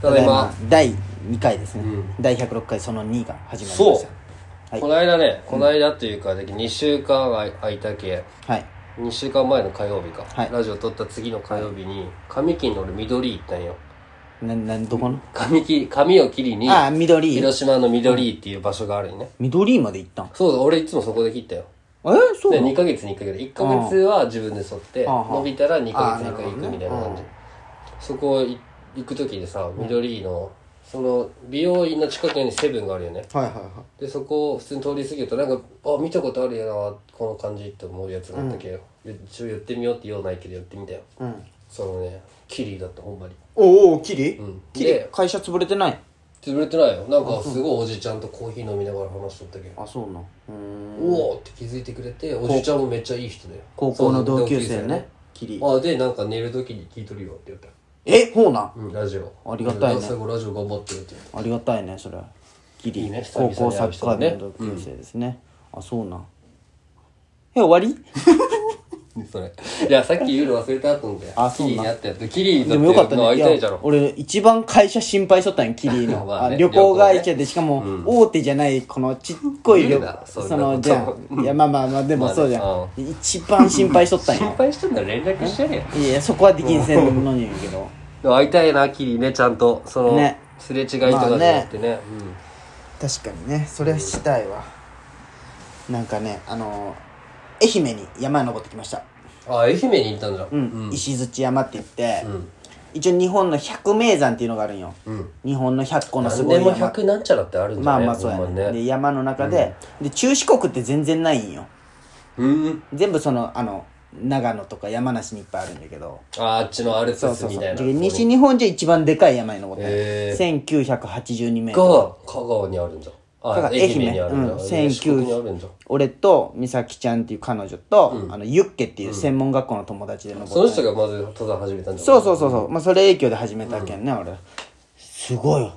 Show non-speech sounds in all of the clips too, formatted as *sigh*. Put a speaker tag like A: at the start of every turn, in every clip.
A: ただいま
B: 第2回ですね、
A: うん
B: 第106回その2が始まりま
A: そ
B: し
A: う、
B: はい
A: この間ねこの間というか、で2週間あい空いたけ
B: たはい
A: 2週間前の火曜日か、
B: はい
A: ラジオ撮った次の火曜日に髪切りの俺緑行ったんよ
B: ななんどこの
A: 髪切り髪を切りに
B: ああ緑
A: 広島の緑っていう場所があるよね、
B: 緑まで行ったん
A: そうそう俺いつもそこで切ったよ
B: えそう
A: で
B: なの
A: 2ヶ月に1回ぐらい1ヶ月は自分で剃って
B: あは
A: 伸びたら2ヶ月に1回
B: あ
A: 行くみたいな
B: なるほ
A: 感
B: ど
A: じ
B: ね
A: そこい行く時にさ緑のその美容院の近くにセブンがあるよね
B: はいはいは
A: でそこを普通に通り過ぎるとなんかあ見たことあるよなこの感じって思うやつだったけど、でちょ寄ってみようって言わないけど寄ってみたよ
B: い、うん、
A: そのねキリだったほんまに
B: おおキリ、
A: ん
B: キリ
A: で
B: 会社潰れてない
A: 潰れてないよなんかすごいおじちゃんとコーヒー飲みながら話しとったけど
B: あそうなうーん
A: おおって気づいてくれておじちゃんもめっちゃいい人だよ
B: 高校の同級
A: そ
B: 生
A: う
B: ねキリ
A: あでなんか寝る時に聞いとるよって言った
B: えほうなん
A: うんラジオ
B: ありがたいね
A: 最後ラジオ頑張ってよって言っ
B: ありがたいねそれはギリ
A: いいね久々
B: 高
A: に
B: 校サ
A: 会う人
B: ッカ
A: だね
B: ー部の同級生ですね、あそうなんえ終わり *laughs*
A: たそれいやさっき言うの忘れたと思って
B: あ
A: キ
B: そう
A: リ
B: な
A: に会ったやつキリだ
B: でもよかっ
A: って
B: た
A: の
B: ね
A: 会いたいじゃろ、
B: 俺一番会社心配しとったんよキリ *laughs* の
A: まあね
B: あ旅行会社
A: 旅行
B: でしかも大手じゃないこのちっこい
A: いる
B: 旅
A: なそんな
B: そのじゃ *laughs* んいやまあまあまあでも
A: まあね
B: そうじゃん、一番心配しとったん
A: 心
B: よ
A: 配してんなら連絡してね
B: いやそこはできんせんのにやけど
A: でも会いたいなキリねちゃんとその、
B: ね
A: すれ違いとかじゃなくてね,、
B: *laughs* 確かにねそれはしたいわなんかねあの愛媛に山登ってきました
A: うん、あ愛媛に行ったんじゃん
B: うん石槌山って言って、
A: ん
B: 一応日本の百名山っていうのがあるんよ、
A: うん
B: 日本の100個のす
A: 何
B: ご
A: で
B: い
A: も
B: 山
A: 100なんちゃらってあるんじ
B: ま
A: ゃ
B: あ
A: ない
B: まあそうや
A: ほん
B: ね
A: ま
B: で
A: ね
B: 山の中で、で中四国って全然ないんよ
A: うん
B: 全部そのあの長野とか山梨にいっぱいあるんだけど
A: ああっちのアル
B: そ
A: プ
B: う
A: ス
B: そう
A: み
B: そう
A: たいな
B: で西日本じゃ一番でかい山に登って、
A: へ
B: 1982メートル
A: が香川にあるんじゃん
B: 香
A: あ
B: 川
A: 愛媛にあるんじゃん、
B: うん
A: えー四国にあるんじゃん
B: 俺と美咲ちゃんっていう彼女と、あのユッケっていう専門学校の友達で登って、
A: その人がまず登山始めたんじゃん
B: そうそうそうそうまあそれ影響で始めたけんね、俺すごいよ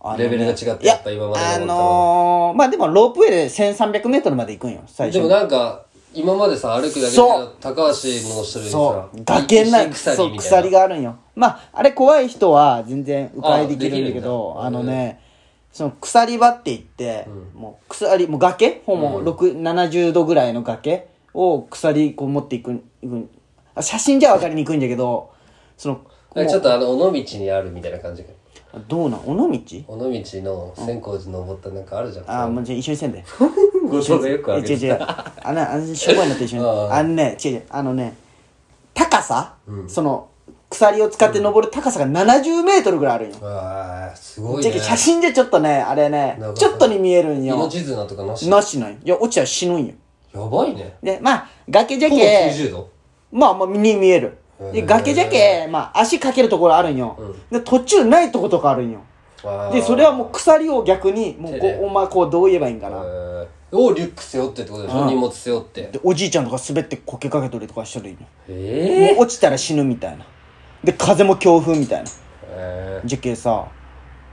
B: あのね
A: レベルが違って
B: い
A: やっぱ今までの
B: あ
A: ものと
B: のー、まあでもロープウェイで1 3 0 0ルまで行くんよ最
A: で
B: 初
A: もなんか今までさ歩くだけで
B: そう
A: 高橋の人にさ
B: そう崖にな
A: 石
B: そ
A: 鎖
B: う
A: みたい
B: 鎖
A: な
B: があるんよまああれ怖い人は全然迂回できるんだけど
A: あ
B: あ
A: できる
B: の
A: んだ
B: ねその鎖場って言って、もう鎖もう崖ほぼ6 70度ぐらいの崖を鎖こう持っていくいくあ写真じゃ分かりにくいんだけどその
A: なんかちょっとあの尾道にあるみたいな感じが
B: どうなん尾道
A: 尾道の千光寺登ったなんかあるじゃん、
B: あーもうじゃあ一緒にせんで。
A: ご想像よくある
B: え違う違う。あの、あの、しょぼいのと一緒に。
A: ああ
B: あのね、違う違う。あのね、高さ、その、鎖を使って登る高さが70メートルぐらいあるんよ。
A: ああすごい
B: じ
A: ね
B: ゃあ写真でちょっとね、あれね
A: なん、か
B: ちょっとに見えるんよ。
A: 命綱とかなし
B: なしない。いや、落ちたら死ぬんよ。
A: やばいね
B: で、まあ、崖じゃ
A: ほぼ90
B: け、
A: 度
B: まあ、まあ、に見える。
A: へえ
B: で、崖じゃけ、まあ、足かけるところあるんよ。で、途中ないとことかあるんよ。
A: あー
B: で、それはもう鎖を逆に、もう
A: 手
B: こ
A: で
B: う、お前こう、どう言えばいいんかな
A: え。ーをリュック背負ってってことでしょ荷物背負って
B: でおじいちゃんとか滑ってこけかけとりとかしてるんよ
A: え
B: もう落ちたら死ぬみたいなで風も強風みたいな
A: ーえ
B: じゃけさ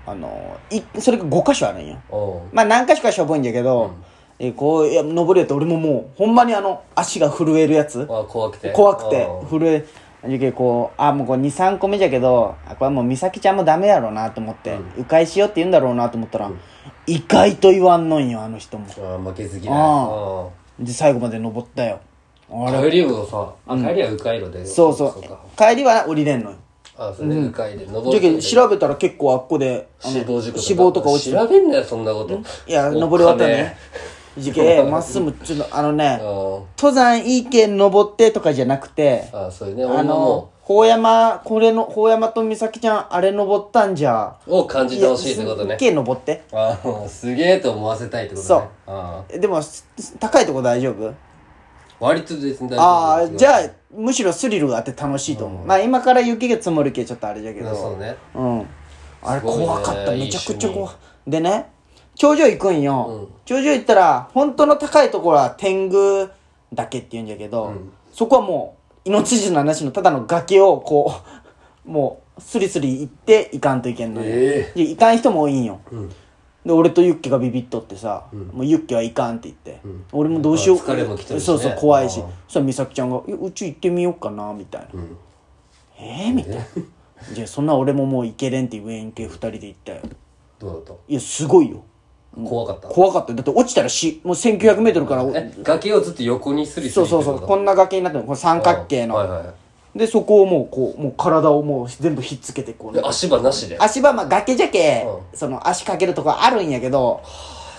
B: あのいそれが5箇所あるんよ
A: ーおう
B: まあ何箇所かしょぼいんやけど、えこういや登るやつ俺ももうほんまにあの足が震えるやつ
A: あー怖くて
B: 怖くて
A: おう
B: 震えじゃけこうあもうこれ23個目じゃけどあこれもう美咲ちゃんもダメやろうなと思って、迂回しようって言うんだろうなと思ったら、意外と言わんのんよあの人も
A: あー負けず嫌い
B: あー
A: うん
B: で最後まで登ったよあれ
A: 帰りもさ、あ帰りは迂回路で、
B: そうそう
A: か
B: 帰りは降りれんのよ
A: あそれで迂回で
B: じ
A: 登
B: ゃけ
A: る
B: 調べたら結構あっこであの
A: 死亡事故
B: 死亡とか落ちて
A: 調べんなよそんなこと
B: いや登り終わったねじゃけまっすぐちょっとあのね
A: お金
B: 登山いいけん登ってとかじゃなくて
A: ああそういうね
B: あ
A: 女
B: の
A: も
B: 法山これの法山と美咲ちゃんあれ登ったんじゃ
A: を感じてほしいってこと
B: い
A: ね
B: け登って
A: ああすげえと思わせたいってことね
B: そう
A: ああ
B: でもす高いとこ大丈夫
A: 割と別に大丈夫
B: ああじ
A: あ
B: ゃあむしろスリルがあって楽しいと思う、まあ今から雪が積もるけちょっとあれじゃけど
A: そうね
B: うん。あれ
A: すごいね
B: 怖かった。
A: いい
B: めちゃくちゃ怖
A: 趣
B: でね、頂上行くんよ。頂上行ったら、本当の高いところは天狗岳って言うんじゃけど、そこはもう、命綱なしのただの崖をこう、もう、スリスリ行っていかんといけんのよ。
A: え
B: で行かん人も多いんよ。
A: ん
B: で、俺とユッケがビビっとってさ、もうユッケはいかんって言って、俺もどうしよう
A: まあ疲れもきてるしね
B: そうそう、怖いし
A: あー。
B: そしたら美咲ちゃんが、いやうち行ってみようかな、みたいな。
A: ん
B: えーみたいな。じゃあそんな俺ももう行けれんっていう円形2人で行ったよ
A: どうだっ
B: いやすごいよ
A: た怖かった
B: 怖かったよだって落ちたらしもう 1900m から
A: え崖をずっと横にすりす
B: そ
A: り
B: うそうそうこんな崖になってるこの三角形の、
A: はいはいはい
B: でそこをもうこうもう体をもう全部ひっつけてこう、
A: で足場なしで
B: 足場まあ崖じゃけ、
A: う
B: その足かけるとこあるんやけど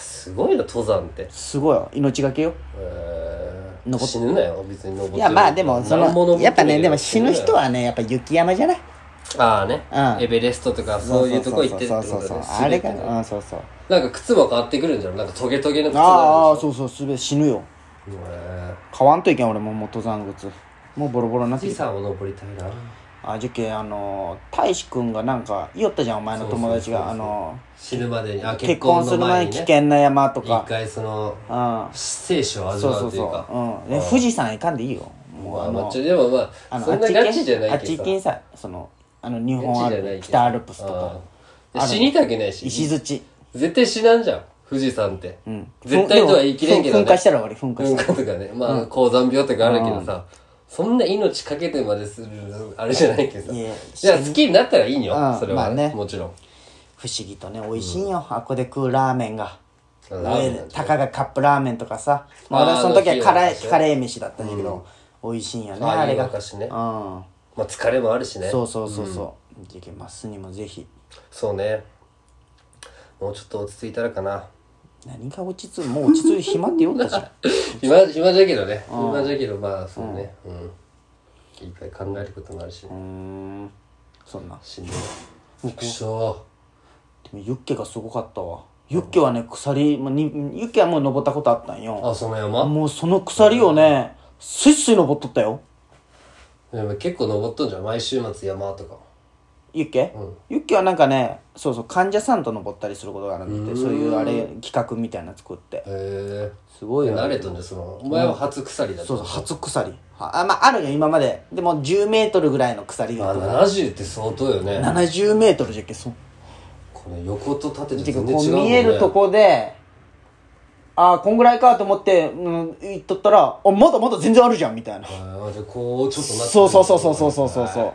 A: すごいな登山って
B: すごいよ命がけよ
A: えー
B: 残っ
A: 死ぬなよ別に登って
B: いやまあでもそ
A: 何も登
B: の
A: て
B: やっぱね
A: ねえ
B: でも死ぬ人
A: は
B: はねやっぱ雪山じゃない
A: ああね、
B: うん
A: エベレストとかそういうとこ行ってるって
B: そ
A: こ
B: うそう
A: とだ
B: そう
A: ね
B: あれが
A: 全てね
B: うんそうそう
A: なんか靴も変わってくるんじゃんなんかトゲトゲの靴
B: ああ
A: う
B: そうそうすべ死ぬよ
A: へ
B: 買わんといけん俺ももう登山靴もうボロボロになっ
A: ー富
B: てき
A: 士
B: た
A: 山を登りたいな
B: あじゃけあの大志くんがなんか言おったじゃんお前の友達が
A: そう
B: あ
A: そうそうそう
B: の
A: 死ぬまでにあ
B: 結婚する前に危険な山と
A: 一
B: か
A: 回その
B: うん
A: 生死を味
B: そう
A: わ
B: そうう
A: という
B: そ
A: か
B: ううんね富士山行かんでいいよもう
A: ま
B: あ
A: あまあ
B: の
A: ちょでもま
B: あ
A: あ
B: の
A: そんなガチじゃな
B: あ
A: い
B: っ
A: け
B: ち
A: どさ
B: 行けんさそのあの日
A: ガチ
B: 本ア
A: じゃないけ
B: ル
A: ど
B: 北アルプスとか
A: あー死にたくないし
B: 石槌
A: 絶対死なんじゃん富士山って、
B: うん
A: 絶対とは言い切れんけど
B: 噴
A: ね
B: 火したら終わり噴火し
A: 文
B: た
A: 化とかねまあ高山病とかあるけどさ、そんな命かけてまでするあれじゃないけどさ
B: い
A: い
B: や
A: や好きになったらいいんよ、
B: うん
A: それは、
B: まあね
A: もちろん
B: 不思議とね美味しいんよ、あっこで食うラーメンが
A: ラーメンなん
B: 上
A: て
B: たかがカップラーメンとかさ、まあ、
A: あー
B: 俺はその時はカ
A: あ
B: レ
A: の日
B: ー
A: は
B: カレー飯だったんだけど、美味しいんよ
A: あ
B: ね
A: あ
B: あれが
A: いいお菓子ね
B: うん
A: まあ疲れもあるしね
B: そうそうそうそう、じゃけまっすにもぜひ
A: そうねもうちょっと落ち着いたらかな
B: 何が落ち着くもう落ち着いて暇って言おったじゃん
A: *laughs* 暇暇じゃけどね暇じゃけどまあそうねうん、いっぱい考えることもあるし、
B: うーんそんな
A: 死んでるくそ
B: でもユッケがすごかったわユッケはね鎖、まあ、にユッケはもう登ったことあったんよ
A: あその山
B: もうその鎖をねスイスイ登っとったよ
A: でも結構登っとんじゃん毎週末山とか
B: ユッケ、ユッケはなんかねそうそう患者さんと登ったりすることがあるんだってそういうあれ企画みたいなの作って
A: へえ
B: すごいよ
A: 慣れとんじゃんそのお前は初鎖だった
B: そうそう初鎖ああまああるよ今まででも1 0ルぐらいの鎖が
A: あ
B: あった
A: 70って相当よね
B: 7 0ルじゃっけそう
A: これ横と縦
B: て
A: じゃ
B: か
A: 全然
B: こ
A: 違
B: う
A: うもんね
B: 見えるとこでああこんぐらいかと思って、うん、行っとったらあまだまだ全然あるじゃんみたいな
A: あーじゃあこうちょっとなって
B: そうそうそうそうそうそうそうそう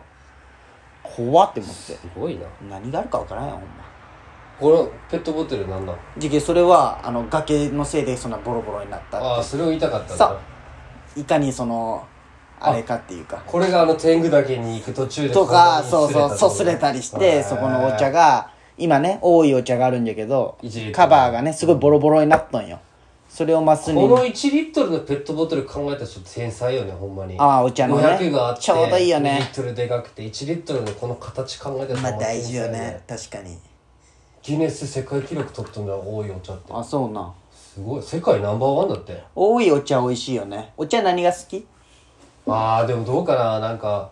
B: 怖って思って
A: すごいな
B: 何があるか分からんよほんま
A: このペットボトルなんだ
B: じゃけそれはあの崖のせいでそんなボロボロになった
A: ああそれを言いたかったんだ
B: さいかにそのあれかっていうか
A: これがあの天狗岳に行く途中で
B: とか
A: こ
B: そう
A: こに擦れたとこ
B: そうそすれたりし
A: へ
B: て
A: ー
B: そこのお茶が今ね多いお茶があるんだけど
A: 一リットル
B: カバーがねすごいボロボロになっとんよそれをマス
A: こ
B: に
A: の1リットルのペットボトル考えた人天才よねほんまに
B: ああお茶のね
A: 500があって
B: ちょうどいいよ
A: 2
B: ね
A: リットルでかくて1リットルのこの形考えた人
B: まあ
A: ほん天才
B: 大事よね確かに
A: ギネス世界記録取っとんだ多いお茶って
B: あそうな
A: すごい世界ナンバーワンだって
B: 多いお茶美味しいよねお茶何が好き
A: ああでもどうかななんか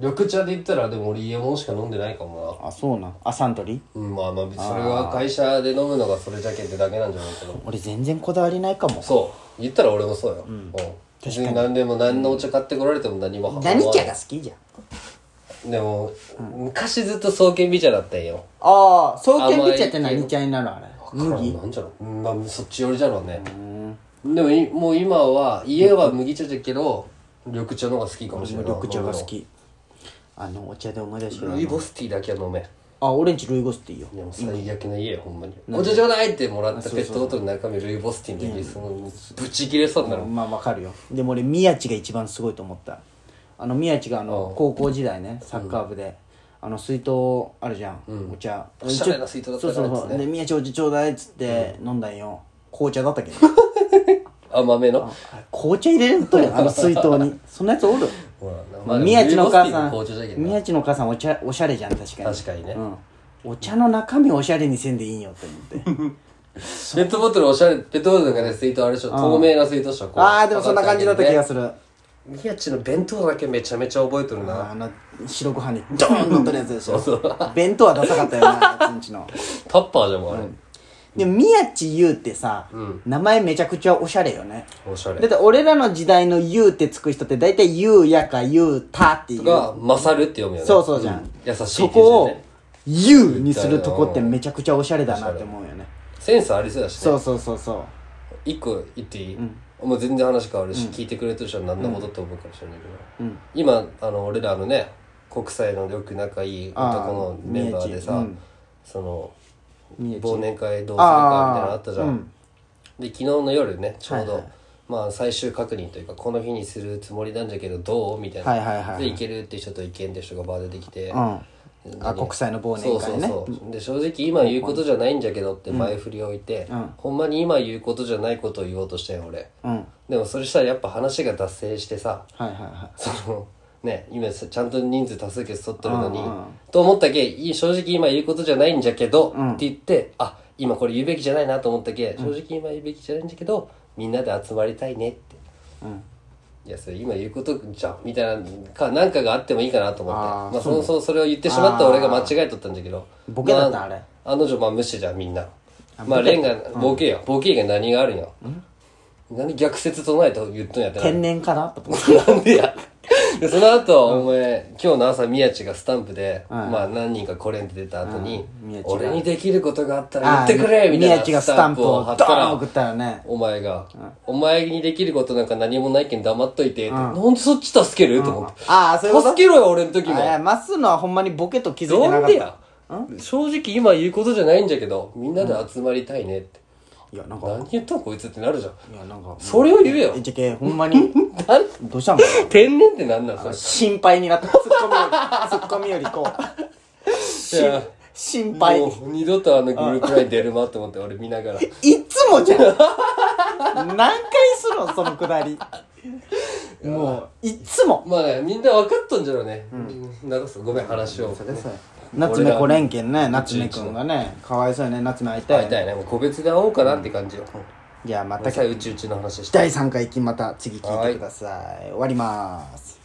A: 緑茶で言ったらでも俺家物しか飲んでないかも
B: あそうなあサントリー
A: なうんまあまあそれは会社で飲むのがそれだけってだけなんじゃないけど
B: 俺全然こだわりないかも
A: そう言ったら俺もそうよ、うん別に何でも何のお茶買ってこられても何も
B: 何
A: わ
B: 茶が好きじゃん
A: でも、昔ずっと創建美茶だったんよ
B: ああ創建美茶って何茶になるあれ麦
A: なんじゃろうんまあそっち寄りじゃろうねでもいもう今は家は麦茶じゃけど緑茶の方が好きかもしれない
B: 緑茶が好きあのお茶で思い出したけど
A: ルイボスティーだけは飲めん
B: あオレンジルイゴスっていいよ
A: いやもう最悪の家よほんまに「お茶ちょうだい!」ってもらったペットボトルの中身ルイボスティーの時そのぶち切れそうになる
B: まあわかるよでも俺宮地が一番すごいと思ったあの宮地があの高校時代ねサッカー部で、あの水筒あるじゃん、お茶
A: おしゃれな水筒だった
B: そ
A: か
B: う
A: ら
B: そうそう、で宮地お茶ちょうだいっつって飲んだんよ紅茶だったけど
A: 甘めの
B: あれ *laughs* 紅茶入れるとよあの水筒にそんなやつおる
A: ほらなまあ
B: 宮地のお母
A: ルイボスティーも
B: さ
A: 紅茶じゃけ
B: ん
A: どな
B: 宮地のお母さんお茶おしゃれじゃん確かに
A: 確かにね
B: うん、お茶の中身おしゃれにせんでいいんよっ
A: *laughs*
B: て思って
A: ペットボトルおしゃれペットボトルがね水筒あれでしょ透明な水筒でしょこう
B: ああでもそんな感じだった気がする、
A: 宮地の弁当だけめちゃめちゃ覚えとるな
B: あの白ご飯にドーン乗ってるやつでしょ弁当はダサかったよな一日の
A: タッパーじゃんもうあれ、
B: でも宮地優ってさ、名前めちゃくちゃおしゃれよね
A: おしゃ
B: だっ
A: れ
B: て俺らの時代の優ってつく人って大体優やか優たっていう
A: が「勝る」って読むよね
B: そうそうじゃん、
A: ん優しい
B: そこ
A: って
B: を
A: いう字ね
B: 優にするとこってめちゃくちゃおしゃれだなって思うよね
A: センスありそうだしね
B: そうそうそうそう
A: 一個言っていい、もう全然話変わるし、聞いてくれてる人は何のことって思うかもしれないけど、今あの俺らのね国際のよく仲いい男のメンバーでさ、
B: あーうん
A: その
B: 三重地
A: 忘年会どうするかみたいなのあ
B: あ
A: っ
B: ー
A: たじゃん、
B: うん
A: で昨日の夜ねちょうど、
B: はいはい
A: まあ最終確認というかこの日にするつもりなんじゃけどどうみたいな、
B: はいはいはい
A: で行けるって人と行けんって人がバーでできて、
B: うんあ国際の忘年会ね
A: そうそうそうで正直今言うことじゃないんじゃけどって前振りを置いて、
B: うん
A: ほんまに今言うことじゃないことを言おうとしたよ俺
B: うんはい
A: でもそれしたらやっぱ話が脱線してさ
B: はいは
A: そのね今ちゃんと人数多数決取っとるのに、
B: うんうん
A: と思ったけいい正直今言うことじゃないんじゃけど、
B: うん
A: って言ってあ今これ言うべきじゃないなと思ったけ、正直今言うべきじゃないんじゃけどみんなで集まりたいねって
B: いうん
A: いやそれ今言うことじゃんみたいなかなんかがあってもいいかなと思って
B: あー
A: まあ、そのそそれを言ってしまった俺が間違えとったんだけど
B: ボケだった
A: ま
B: あれ
A: あの女まあ無視じゃんみんな
B: あ
A: まあ
B: ボケ
A: レンがボケや、ボケが何があるんや何逆説唱えと言っとんやってな
B: 天然かなと思って
A: なんでや。で、その後、お前、今日の朝、宮地がスタンプで、
B: うん
A: まあ何人かこれんって出た後に
B: うん宮、地が
A: 俺にできることがあったら言ってくれみたい
B: 宮
A: な
B: 地がスタンプをド
A: 貼った
B: ーン送っ
A: ら、
B: たらね
A: お前が、お前にできることなんか何もないけん黙っといてって、なんでそっち助けると思って。
B: ああそういうこと
A: 助けろよ、俺の時
B: あいや
A: も。
B: まっすーのはほんまにボケと気づいて
A: なん
B: なかった
A: でや。正直今言うことじゃないんじゃけど、みんなで集まりたいねって。
B: いやなんか
A: 何言ったんこいつってなるじゃん。 *laughs*
B: いやなんか
A: それを言えよ
B: え。じゃけほんまに *laughs*
A: なん
B: どうしたんか
A: 天然ってなんなんそれ。
B: 心配になったツッコミより *laughs* ツッコミよりこうし
A: いや
B: 心配
A: もう二度とあのグループライン出るまと思って俺見ながら
B: いつもじゃん何回するのそのくだりもういつも
A: まあねみんな分かっとんじゃろうね、うん、なんかそうごめん話を
B: 夏目これんけんね夏目くんがねかわいそうやね夏目会いた
A: 会い
B: い
A: たいねもう個別で会おうかなって感じよ、
B: じゃあまた
A: だけうちうちの話して
B: 第3回きまた次聞いてください終わります